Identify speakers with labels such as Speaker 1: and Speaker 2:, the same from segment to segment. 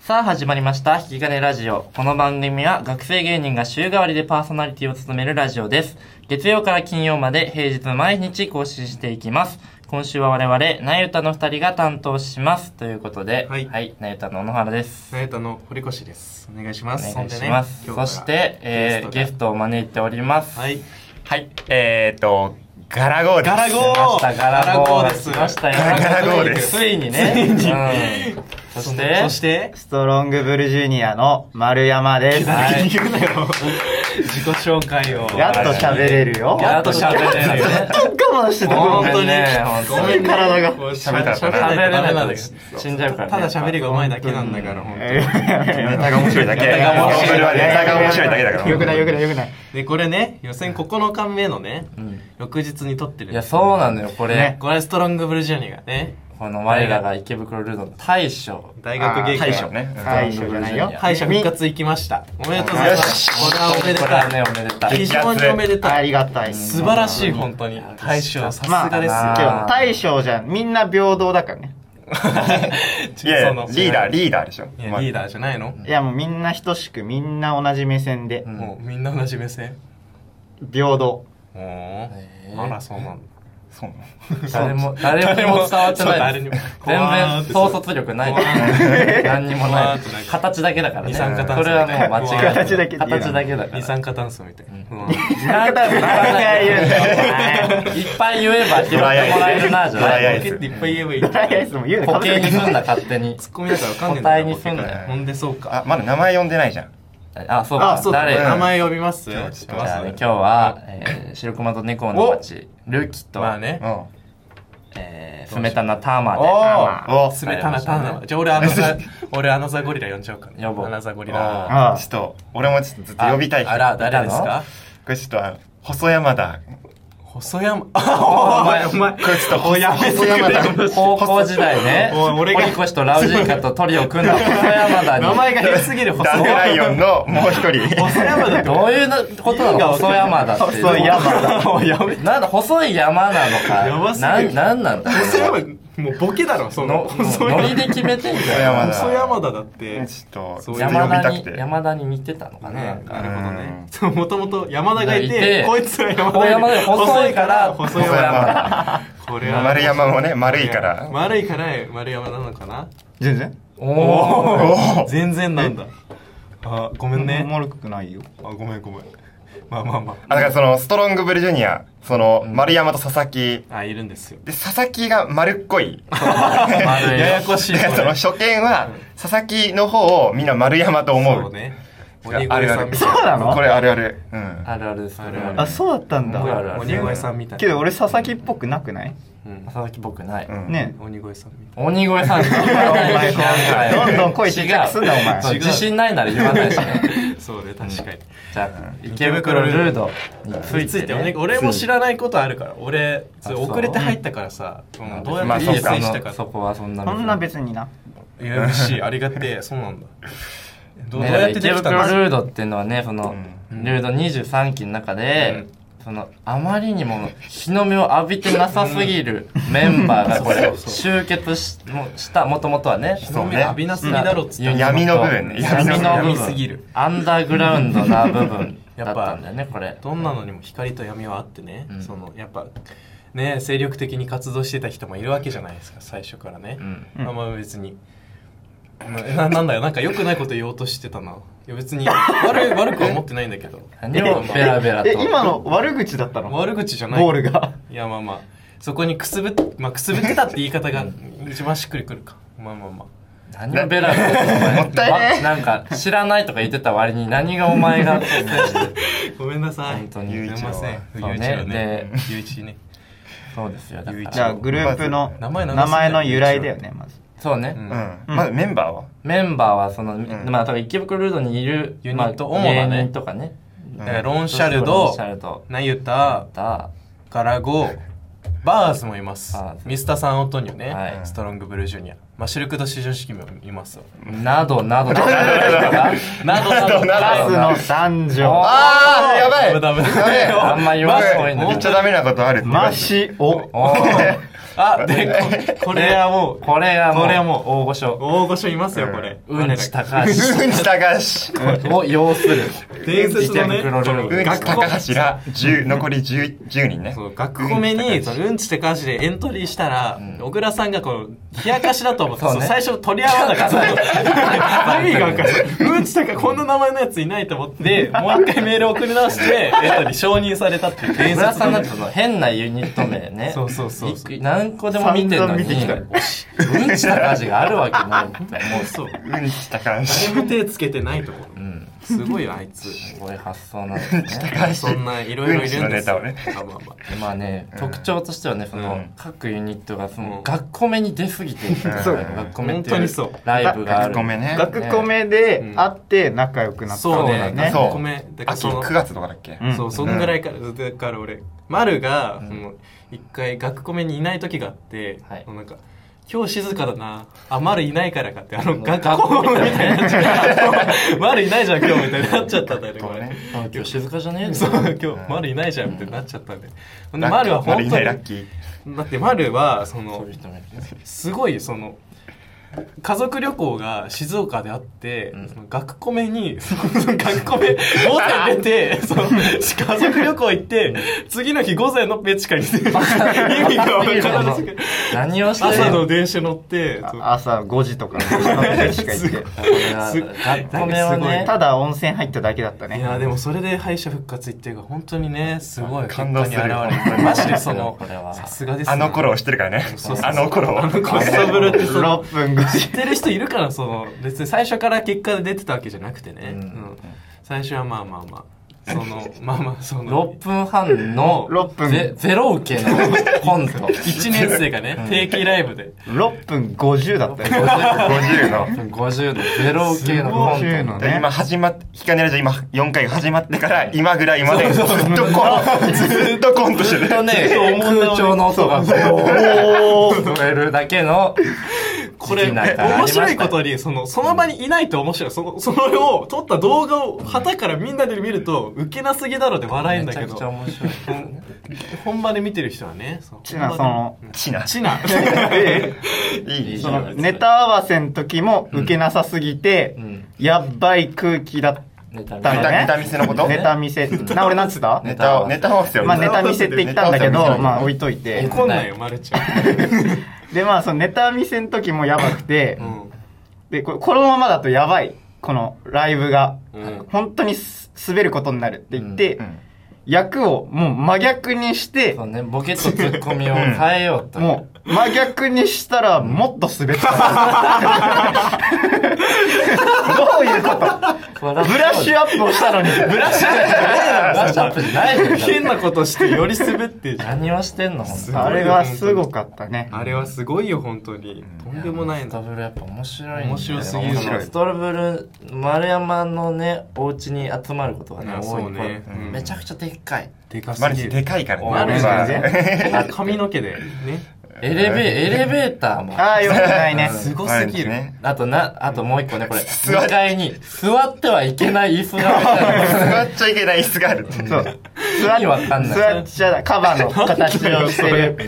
Speaker 1: さあ始まりました引き金ラジオこの番組は学生芸人が週替わりでパーソナリティを務めるラジオです月曜から金曜まで平日毎日更新していきます今週は我々なゆたの2人が担当しますということで
Speaker 2: はい
Speaker 1: なゆたの小野原です
Speaker 2: ナイタの堀越です。お願いしま
Speaker 1: お
Speaker 2: す。
Speaker 1: 願いします、そして、えーゲス
Speaker 2: ト
Speaker 1: トを招いております
Speaker 2: はい。
Speaker 3: はい、えー、っと、ガラゴーです。
Speaker 2: ガラ
Speaker 1: 来
Speaker 2: ゴ
Speaker 1: ましたガラゴー
Speaker 2: ガラゴー
Speaker 1: で
Speaker 2: ですす
Speaker 1: 来ましたよ
Speaker 3: ガラゴーです
Speaker 1: ついにねうんそして
Speaker 2: そして、
Speaker 4: ストロングブルジュニアの丸山です。
Speaker 2: 誰に言うなよ。自己紹介を。
Speaker 4: やっと喋れるよ。
Speaker 1: やっと喋れるよね
Speaker 4: ずっと我慢してた
Speaker 1: ご
Speaker 4: の
Speaker 1: め
Speaker 4: に。
Speaker 1: んね本当に
Speaker 2: ごめんね
Speaker 4: 体が
Speaker 2: こう
Speaker 3: 喋った
Speaker 2: 喋
Speaker 1: 喋
Speaker 2: らな
Speaker 1: れな
Speaker 2: いとダメ
Speaker 1: い
Speaker 2: な
Speaker 1: か
Speaker 2: ん
Speaker 1: ら
Speaker 2: だ
Speaker 1: 死んじゃうから、ね、
Speaker 2: ただ喋りが上手いだけなんだから、ほんと
Speaker 4: えー
Speaker 3: ネタが面白いだけ。
Speaker 2: ネタが面白いだけ
Speaker 3: ネタが面白いだけだから。
Speaker 4: よくないよくないよくない。
Speaker 2: で、これね、予選9日目のね
Speaker 1: ん、
Speaker 2: 翌日に撮ってる。
Speaker 1: いやそうなのよこれ、
Speaker 4: ね
Speaker 2: これストロングブルジュニアがね、
Speaker 1: この我らが池袋ルードの大将
Speaker 2: 大学芸
Speaker 3: 大
Speaker 2: 会
Speaker 3: 将ね。
Speaker 4: 大将じゃないよ。
Speaker 2: 敗者復活行きました。おめでとうございます。
Speaker 3: よ
Speaker 2: これはおめで
Speaker 1: これは
Speaker 2: た
Speaker 1: ね
Speaker 2: い。
Speaker 1: おめでたい
Speaker 2: 非常におめでた
Speaker 4: あ
Speaker 2: い。
Speaker 4: りがたい。
Speaker 2: 素晴らしい、本当に。大将、さす
Speaker 4: まあ、
Speaker 2: がですよ。
Speaker 1: あ
Speaker 4: けど大将じゃん。みんな平等だからね。
Speaker 3: いや
Speaker 2: そ
Speaker 3: いや
Speaker 2: の
Speaker 3: リーダー、リーダーでしょ。
Speaker 2: いやリーダーじゃないの
Speaker 4: いやもうみんな等しく、みんな同じ目線で、
Speaker 1: ん
Speaker 2: もうみんな同じ目線
Speaker 4: 平等。
Speaker 2: おお
Speaker 1: え
Speaker 2: あらそうなんだ
Speaker 3: そうなの
Speaker 1: 誰も誰も伝わって
Speaker 2: そう
Speaker 1: ない
Speaker 2: 誰にも
Speaker 1: 全然統率力ない何にもない形だけだからね
Speaker 2: 二酸化炭素
Speaker 1: これはもう間違いない
Speaker 4: 形だけっていうの
Speaker 1: 形だけだから
Speaker 2: 二酸化炭素みたいなうん
Speaker 1: なんかいっぱい言えば拾ってもらえるなじゃ
Speaker 3: ドライア
Speaker 1: な
Speaker 3: イ
Speaker 1: い
Speaker 3: ス
Speaker 2: ポケっていっぱい言えばいい
Speaker 4: ドライアイスも言うの
Speaker 1: 固形にすんだ勝手に
Speaker 2: ツッコミだからわかんねえん
Speaker 1: 答
Speaker 2: だ
Speaker 1: えに
Speaker 2: な
Speaker 1: すんなよ
Speaker 2: ほんでそうか
Speaker 3: あ、まだ名前呼んでないじゃん。
Speaker 1: あそうか
Speaker 2: あそうだ
Speaker 1: 誰
Speaker 3: だ
Speaker 2: 名前呼びます
Speaker 3: じゃあ
Speaker 2: 知っ
Speaker 1: じ
Speaker 2: てま
Speaker 1: ゃあ
Speaker 2: す
Speaker 1: ね今日は、えー、白熊と猫の町ルキと、
Speaker 2: まあね
Speaker 3: うん。
Speaker 1: えー、スメタナターマー
Speaker 2: お
Speaker 3: お
Speaker 2: おすめたなたなじゃあ俺アナザ俺アナザゴリラ呼んじゃおうかね
Speaker 1: 呼ぼう
Speaker 2: アナザゴリラ
Speaker 3: あちょっと、俺もちょっとずっと呼びたい人。
Speaker 2: あら誰ですか
Speaker 3: これちょっと、あの細山だ。
Speaker 2: 細山あお前お前
Speaker 3: これちょっと、
Speaker 2: おいやめてくれ
Speaker 3: 細山
Speaker 1: で
Speaker 3: だ。
Speaker 1: 高校時代ね
Speaker 2: おい俺が
Speaker 1: 堀越とラウジンカとトリオ 組んだ細山田に
Speaker 2: 名前が変すぎる細
Speaker 3: ダンデ
Speaker 2: 山
Speaker 3: ライオンのもう一人。
Speaker 2: 細山だって
Speaker 1: どういうなことなの細山田っていう
Speaker 4: 細い山
Speaker 2: もうやめ
Speaker 1: なんだ細い山なのか
Speaker 2: やばすぎ
Speaker 1: な
Speaker 2: る
Speaker 1: んなんなんだ
Speaker 2: 細山もうボケだろ
Speaker 1: の
Speaker 2: その細
Speaker 1: ノリ
Speaker 2: 山
Speaker 1: で決めてんじ
Speaker 3: 細
Speaker 1: ゃん
Speaker 3: 山だ。
Speaker 2: 細山田だって
Speaker 3: ちょっと、ず
Speaker 2: そ
Speaker 3: っ
Speaker 2: う
Speaker 3: と呼び
Speaker 1: 山田
Speaker 3: たく
Speaker 1: に
Speaker 3: て。
Speaker 1: 山田に似てたのかねな
Speaker 2: ね
Speaker 1: ん
Speaker 2: な
Speaker 1: か
Speaker 2: るほどねそうもともと山田がい
Speaker 1: いて
Speaker 2: てこいつは山
Speaker 1: こう
Speaker 2: 田
Speaker 1: 山
Speaker 2: が
Speaker 1: 田細いから
Speaker 2: 細
Speaker 3: 細
Speaker 2: い
Speaker 3: 山
Speaker 2: 山
Speaker 3: だ。
Speaker 2: これは
Speaker 3: 丸山もね、丸いから。
Speaker 2: 丸いから丸山なのかな
Speaker 4: 全然。
Speaker 1: おおー
Speaker 3: おー
Speaker 2: 全然なんだあごめん
Speaker 4: ね。
Speaker 2: ね
Speaker 4: もろくないよ。
Speaker 2: あごめんごめんまあまあま
Speaker 3: あだからそのストロングブルジュニアその丸山と佐々木
Speaker 2: ああいるんですよ
Speaker 3: で佐々木が丸っこい
Speaker 1: 丸い
Speaker 2: ややこしい
Speaker 3: だからその初見は佐々木の方をみんな丸山と思う
Speaker 2: そうね
Speaker 3: いや
Speaker 2: 鬼
Speaker 3: あ
Speaker 2: 越
Speaker 3: るあ
Speaker 2: さん
Speaker 3: る
Speaker 2: みたい
Speaker 4: そうなの
Speaker 3: これあるあるうん
Speaker 1: あるあるですこれ
Speaker 2: ある
Speaker 4: あ、そうだったん
Speaker 1: あるある
Speaker 4: だ。
Speaker 2: な鬼越さんみたいな
Speaker 4: けど俺佐々木っぽくなくない
Speaker 2: うん
Speaker 1: 佐々木僕ない、
Speaker 3: うん
Speaker 4: ね。
Speaker 2: 鬼越さんみたい
Speaker 1: 鬼越さん
Speaker 4: どんどん声ちっちゃくすんなお前
Speaker 1: 違う自信ないなら言わないしね
Speaker 2: なそうね確かに
Speaker 1: じゃあ池袋ルードについて,、
Speaker 2: ついて俺俺も知らないことあるから俺それ
Speaker 1: あそう
Speaker 2: 遅れて入ったからさうんどうや
Speaker 3: ま
Speaker 2: っ
Speaker 3: あ
Speaker 2: て
Speaker 3: そう
Speaker 2: 推
Speaker 3: か
Speaker 2: 薦
Speaker 1: いい
Speaker 2: し
Speaker 1: よ
Speaker 2: た
Speaker 1: そ
Speaker 2: か
Speaker 1: のそこはそんな
Speaker 4: そんな別にな。
Speaker 2: いや嬉しいありがてえそうなんだどどう
Speaker 1: ね
Speaker 2: やって
Speaker 1: 池
Speaker 2: できたん
Speaker 1: 袋
Speaker 2: だ
Speaker 1: ルードっていうのはねその、
Speaker 2: うん
Speaker 1: ルード23期の中で、そのあまりにも日の目を浴びてなさすぎるメンバーがこ
Speaker 2: そ
Speaker 1: れ
Speaker 2: うそう
Speaker 1: 集結しもしたもともとはね
Speaker 3: そうね
Speaker 2: 浴びなすぎだろっつった
Speaker 1: うん
Speaker 2: の
Speaker 3: 闇の部分ね
Speaker 1: 闇の部分
Speaker 2: 闇すぎる
Speaker 1: アンダーグラウンドな部分だったんだよねこれ
Speaker 2: どんなのにも光と闇はあってね
Speaker 1: うん
Speaker 2: そのやっぱね精力的に活動してた人もいるわけじゃないですか最初からね
Speaker 1: うん
Speaker 2: まあまあ別にななんだよなんか良くないこと言おうとしてたないや別に悪い悪くは思ってないんだけど
Speaker 1: 何をベラベラと
Speaker 4: え、今の悪口だったの
Speaker 2: 悪口じゃない
Speaker 4: ボールが。
Speaker 2: いやまあまあそこにくすぶっ、まあ、くすぶってたって言い方が一番しっくりくるかまあまあま
Speaker 1: 何をベラベラと
Speaker 3: もったいね え
Speaker 1: なんか知らないとか言ってた割に何がお前が
Speaker 2: あごめんなさい
Speaker 1: 本当に
Speaker 2: すいません
Speaker 1: そうね
Speaker 2: ゆういちろうね
Speaker 1: で
Speaker 2: ゆういちね
Speaker 1: そうですよだか
Speaker 2: ゆういち
Speaker 4: じ
Speaker 1: ら
Speaker 4: ゃあグループの
Speaker 2: 名前なんですね
Speaker 4: 名前の由来だよね、まず。
Speaker 1: そうね、
Speaker 2: うん
Speaker 3: うん
Speaker 4: うん
Speaker 3: まずメンバーは
Speaker 1: メンバーはその、
Speaker 3: ん
Speaker 1: まあ多分池袋ルードにいる
Speaker 2: ユニ
Speaker 1: まあ
Speaker 2: ット主なね
Speaker 1: 芸人とかね
Speaker 2: だからロンシャルド
Speaker 1: シャルド
Speaker 2: ナユタ
Speaker 1: だ
Speaker 2: ガラゴバーズもいます
Speaker 1: バーズ
Speaker 2: ミスターサンオトニオね、
Speaker 1: はい
Speaker 2: ストロングブルージュニア、まあ、シルク・ド・シジョシキもいますよ
Speaker 1: などな どなどなど
Speaker 4: バスの男女。
Speaker 3: あーやばい
Speaker 2: ダメダメ
Speaker 3: やべえ
Speaker 1: あんま言わない方がいいんだ
Speaker 3: 言っちゃダメなことあるって言わ
Speaker 4: マ
Speaker 3: れて
Speaker 4: シオ。
Speaker 1: おー
Speaker 2: あ、で、ここれはもう、
Speaker 1: これはもう
Speaker 2: これはもう
Speaker 1: 大御所
Speaker 2: 大御所いますよ、これ。
Speaker 1: うんち高
Speaker 3: うんち高橋。
Speaker 1: 橋を擁する
Speaker 2: 伝説のね
Speaker 1: 池袋ルー
Speaker 3: う
Speaker 1: ル
Speaker 3: んち
Speaker 2: 学校
Speaker 3: 高橋ら10、残り 10, 10人ね。
Speaker 2: そう学校目にそのうんちって感じでエントリーしたら、小倉さんがこう冷やかしだと思って
Speaker 1: そうね
Speaker 2: そう最初取り合わなかった意味が分かるうんちとかこんな名前のやついないと思ってもう一回メール送り直してエントリー承認されたっていう伝
Speaker 1: 村
Speaker 2: 説
Speaker 1: さ
Speaker 2: の
Speaker 1: んなんてその変なユニット名ね
Speaker 2: そうそうそう
Speaker 1: いく何個でも見てるのに
Speaker 3: 散々見てきた
Speaker 1: うんち高橋があるわけないみたいなもう
Speaker 2: そう
Speaker 3: うんち高橋。
Speaker 2: 誰も手つけてないところ
Speaker 1: うん
Speaker 2: すごいよあいつ
Speaker 1: すごい発想なん ですね
Speaker 3: 高橋。
Speaker 2: そんないろいろいるんですよ
Speaker 3: うんちのネ
Speaker 2: まあまあまあ
Speaker 1: まあね、特徴としてはねその、
Speaker 3: うん
Speaker 1: 各ユニットがその、
Speaker 2: うん
Speaker 1: 学校目に出すぎてるから
Speaker 4: そう
Speaker 1: 学校目って
Speaker 2: 本当
Speaker 1: い
Speaker 2: に
Speaker 1: う
Speaker 2: そう
Speaker 1: ライブがある
Speaker 3: 学校目ね。
Speaker 4: 学校目で会って仲良くなった
Speaker 2: そう
Speaker 1: そうだ
Speaker 2: ね
Speaker 1: ね
Speaker 2: 学校目だから
Speaker 3: 秋
Speaker 2: その
Speaker 3: 9月とかだっけ
Speaker 4: うん
Speaker 2: そう、そんぐらいから、だから俺、丸が、もう、一回、学校目にいない時があって、
Speaker 1: はい
Speaker 2: もうなんか、今日静かだな。あ、丸いないからかって、あの、
Speaker 1: ん
Speaker 2: 学校みたいになっちゃった。丸いないじゃん、今日みたいになっちゃったんだよね、これ。
Speaker 1: あ今日静かじゃねえ
Speaker 2: そう、
Speaker 1: ぞ
Speaker 2: 今日、丸いないじゃん、みたいになっちゃったんで。ほんで、
Speaker 3: ラッキー
Speaker 2: 丸は本当
Speaker 3: 丸い
Speaker 2: に、
Speaker 3: ないラ
Speaker 2: だ
Speaker 3: ッキー。
Speaker 2: って丸は、そ
Speaker 1: そ
Speaker 2: の
Speaker 1: ういう、人もいる
Speaker 2: すごい、その、家族旅行が静岡であって、
Speaker 1: ん
Speaker 2: その学校目に、 その学校目、午前出て、その、家族旅行行って、次の日午前のペチカに出て、意味が分からなくて
Speaker 1: 何をして
Speaker 2: 朝
Speaker 1: る
Speaker 2: の
Speaker 1: の
Speaker 2: 電車乗って、そう
Speaker 4: あ朝5時とかの時 しか行っ
Speaker 2: すごい
Speaker 4: て
Speaker 1: これは
Speaker 2: す
Speaker 1: 学校目はね
Speaker 4: ただ温泉入っただけだったね
Speaker 2: いやでもそれで敗者復活っていうか本当にねすごい
Speaker 3: 感動する
Speaker 2: 結果に現れるマジでその
Speaker 1: これは
Speaker 2: さすがですね
Speaker 3: あの頃を知ってるからね
Speaker 2: そうそう。そう
Speaker 3: あの頃を。
Speaker 2: あの頃
Speaker 3: ね
Speaker 2: スタブルってその
Speaker 4: 6分5
Speaker 2: 知ってる人いるからその別に最初から結果で出てたわけじゃなくてね、
Speaker 1: うん
Speaker 2: うん最初はまあまあまあそのまあまあその
Speaker 1: 6分半の
Speaker 4: 6分
Speaker 1: ゼゼロ受けのコン ト
Speaker 2: 1年生がね定期ライブで
Speaker 4: 6分50だったよ
Speaker 3: 50の。
Speaker 1: 50のゼロ受けのコント
Speaker 4: 50の
Speaker 3: で
Speaker 4: ね
Speaker 3: 今始まって、ひかねラジオ今4回が始まってから今ぐらいまでずっとこう、ずっとコントして
Speaker 1: ずっ
Speaker 3: る。
Speaker 1: とね空調の音がこう聞こえるだけの
Speaker 2: これ
Speaker 1: 時期なんかあり
Speaker 2: 面
Speaker 1: ましたよ
Speaker 2: 白いことにそのその場にいないと面白いそのそれを撮った動画を旗からみんなで見るとウケなすぎだろって笑えん
Speaker 1: め
Speaker 2: だ
Speaker 1: ち
Speaker 2: け
Speaker 1: ゃく
Speaker 2: ど
Speaker 1: ちゃ面白い
Speaker 2: 本場で見てる人はねそう
Speaker 4: ちな
Speaker 2: 本
Speaker 4: そ
Speaker 2: 場で
Speaker 4: の
Speaker 3: ちな。
Speaker 2: ちな
Speaker 3: いい。
Speaker 1: い
Speaker 4: そのネタ合わせの時も受けなさすぎて、
Speaker 1: うん
Speaker 4: やっばい空気だっ
Speaker 1: ネタ見
Speaker 4: たの
Speaker 3: ネ
Speaker 4: ね
Speaker 3: タ見せのこと
Speaker 4: ネタ見せな俺なんつった
Speaker 3: ネタを、ネタをですよ。
Speaker 4: まあネタ見せって言ったんだけ
Speaker 3: ネタ合わ
Speaker 4: ど
Speaker 3: せ
Speaker 4: まあ置いといて
Speaker 2: 怒んないよまるちゃん、
Speaker 4: でまあそのネタ見せの時もやばくて、
Speaker 2: うん
Speaker 4: でこれこのままだとやばいこのライブが、
Speaker 2: うん
Speaker 4: 本当にす滑ることになるって言って、
Speaker 3: うん
Speaker 4: 役をもう真逆にして
Speaker 1: そうね、ボケとツッコミを変えようと。
Speaker 4: もう真逆にしたらもっと滑ったどういうこと
Speaker 1: ブラ
Speaker 4: ブラッシュアップをしたのにブラッシュ
Speaker 1: ブラッシュアップじゃないのよ
Speaker 2: 変なことしてより滑ってるじゃん
Speaker 1: 何をしてんの、ほんと
Speaker 2: すごいよ
Speaker 4: あれはすごかったね
Speaker 2: あれはすごいよ本当にとんでもない
Speaker 1: スト
Speaker 2: な
Speaker 1: ブルやっぱ面白いんだよね
Speaker 2: 面白すぎる
Speaker 1: 面白いストブル丸山のねお家に集まることがね
Speaker 2: あ
Speaker 1: 多い
Speaker 2: そうね
Speaker 1: これ
Speaker 2: うん
Speaker 1: めちゃくちゃでっかい
Speaker 2: でか
Speaker 3: マルチでかいからね。
Speaker 2: マルチ
Speaker 3: まあ
Speaker 4: で
Speaker 2: あ髪の毛でね
Speaker 1: エレベエレベーターも
Speaker 4: ああよくないね
Speaker 2: すごす ぎる、
Speaker 3: マルチね
Speaker 1: あとなあともう一個ねこれ
Speaker 3: 座っ
Speaker 1: 2階に座ってはいけない椅子が置いてあ る
Speaker 3: 座っちゃいけない椅子が ある。
Speaker 4: そう座っ
Speaker 1: 意味わかんない
Speaker 4: 座っちゃだカバの形をしてる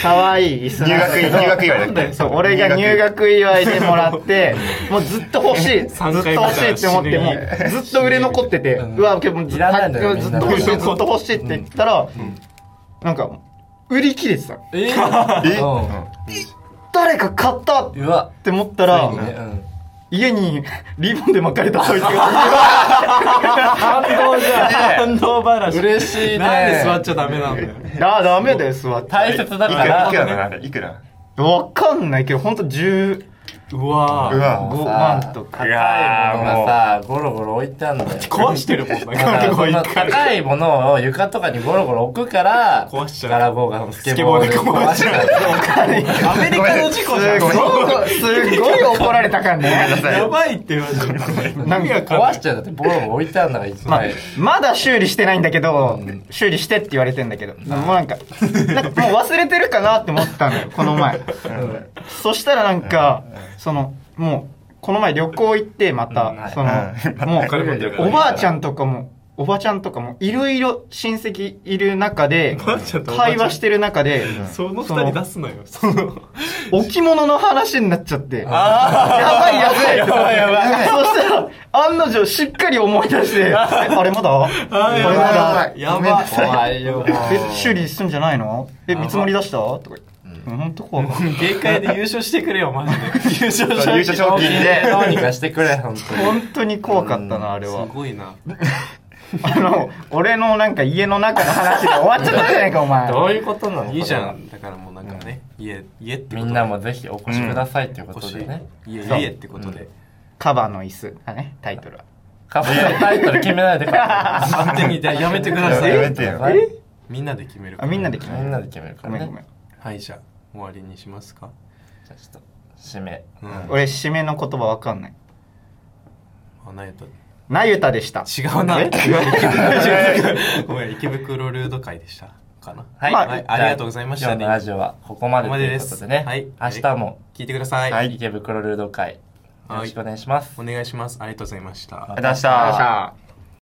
Speaker 4: かわいい椅子
Speaker 3: 入
Speaker 4: なんだ
Speaker 3: 学、
Speaker 4: けど
Speaker 3: 入学祝いだっけ
Speaker 4: そう俺が入学祝いでもらってもうずっと欲しいずっと
Speaker 2: 三回
Speaker 4: 欲しいって思ってもうずっと売れ残っててうわ今日もうず
Speaker 1: いらないんだよみん
Speaker 4: ず
Speaker 1: な
Speaker 4: っと欲しいずっと欲しいって言ったらなんか売り切れてたの
Speaker 1: え
Speaker 3: え
Speaker 1: ー
Speaker 4: 誰か買ったっ
Speaker 1: うんうわ
Speaker 4: て思った
Speaker 1: つ
Speaker 4: ら
Speaker 1: いにねうん
Speaker 4: 家にリボンで巻かれたそいつが
Speaker 2: 感動じゃん感動話
Speaker 1: 嬉しいね
Speaker 2: なんで座っちゃダメなんだよ
Speaker 4: ああダメだよ座って
Speaker 1: 大切だ
Speaker 3: いく、
Speaker 1: から
Speaker 3: い
Speaker 1: ら
Speaker 3: くらなのあれ、いくら
Speaker 4: わかんないけどほんと15
Speaker 2: うわ
Speaker 3: う
Speaker 2: ー
Speaker 3: わ。
Speaker 4: 万と
Speaker 1: 高
Speaker 4: か
Speaker 1: いものがさゴロゴロ置いてあるんだよ
Speaker 2: 壊してるもんな
Speaker 1: だからそ
Speaker 2: ここ
Speaker 1: の
Speaker 2: 一回
Speaker 1: 高いものを床とかにゴロゴロ置くから
Speaker 2: 壊しちゃう
Speaker 1: ガラボーがス
Speaker 2: ス
Speaker 1: ケ
Speaker 2: ケ
Speaker 1: ボ
Speaker 2: ボ
Speaker 1: ー
Speaker 2: ー
Speaker 1: で
Speaker 2: で
Speaker 1: 壊
Speaker 2: 壊
Speaker 1: し
Speaker 2: し
Speaker 1: ち
Speaker 2: ち
Speaker 1: ゃ
Speaker 2: ゃ
Speaker 1: う
Speaker 2: うアメリカの事故じゃん
Speaker 4: すごいすごい怒られたからね
Speaker 2: やばいって言われてる
Speaker 4: なんか
Speaker 1: 壊しちゃうだってボロも置いてあるんだからいっ
Speaker 4: まあ
Speaker 1: ぱい、
Speaker 4: まだ修理してないんだけど、修理してって言われてんだけど、もうなんか、なんかもう忘れてるかなって思っ たのよ、この前。そしたらなんか、その、もう、この前旅行行って、また、その、
Speaker 3: うん
Speaker 4: も
Speaker 2: 彼も
Speaker 4: う、おばあちゃんとかも、おばちゃんとかもいろいろ親戚いる中で
Speaker 2: ばあちゃんとおばちゃん
Speaker 4: 会話してる中で
Speaker 2: その二
Speaker 4: その
Speaker 2: 人出すなよ。その。
Speaker 4: 置物の話になっちゃって
Speaker 2: あ
Speaker 4: やばいやばい
Speaker 2: やばいやばい。
Speaker 4: そしたら案の定しっかり思い出して あれまだ
Speaker 2: あ
Speaker 4: これまだ
Speaker 2: ーやばい。やばい。
Speaker 1: 怖いよ。
Speaker 4: え修理すんじゃないのえ見積もり出したとか言って本当怖い
Speaker 2: 限界で優勝してくれよ、マジで。 優勝
Speaker 3: 優勝賞金で
Speaker 1: どうにかしてくれ、本当に。
Speaker 4: 本当に怖かったなあれは
Speaker 2: すごいな。
Speaker 4: あの俺のなんか家の中の話で終わっちゃったじゃないかお前
Speaker 1: どういうことなの
Speaker 2: いいじゃ。ん。だからもうなんかね、家、家ってこと
Speaker 1: み
Speaker 2: で
Speaker 1: んなもぜひお越しくださいというこ
Speaker 2: 欲
Speaker 1: と
Speaker 2: し
Speaker 1: で
Speaker 2: い
Speaker 1: ね。。
Speaker 2: 家、
Speaker 4: そう
Speaker 2: 家ってことで。
Speaker 4: カバーの椅子がねタイトルは
Speaker 1: カップのタイトル決めないでくださ
Speaker 2: 勝手に、やめてく
Speaker 3: や
Speaker 2: ださ
Speaker 3: やめ
Speaker 2: い。
Speaker 3: てよ。
Speaker 1: い。
Speaker 2: みんなで決めるか
Speaker 4: あ
Speaker 2: ら。
Speaker 4: みんなで決
Speaker 1: みん
Speaker 4: め
Speaker 1: な
Speaker 4: る
Speaker 1: で決めるか
Speaker 4: ご
Speaker 1: ら
Speaker 4: めん
Speaker 1: ね
Speaker 4: ご。めん
Speaker 2: はい、じゃあ、終わりにしますか。
Speaker 1: じゃあちょっと、締め。
Speaker 2: うん。
Speaker 4: 俺締めの言葉わかんない
Speaker 2: あ、なんやった。
Speaker 4: なゆたでした
Speaker 2: 違うな。
Speaker 4: え
Speaker 2: ごめん、池袋ルード会でした。かな。
Speaker 1: はい、
Speaker 4: まあ
Speaker 2: はいありがとうございました
Speaker 1: 今日のラジオはここまで
Speaker 2: ことこまで
Speaker 1: いう
Speaker 2: で
Speaker 1: こ
Speaker 2: す
Speaker 1: とでね。
Speaker 2: はい
Speaker 1: 明日も
Speaker 2: 聞いてください。
Speaker 3: はい
Speaker 1: 池袋ルード会、よろしくお願いします
Speaker 2: お。願いします。ありがとうございました。
Speaker 3: ありがとうございました。
Speaker 4: さあ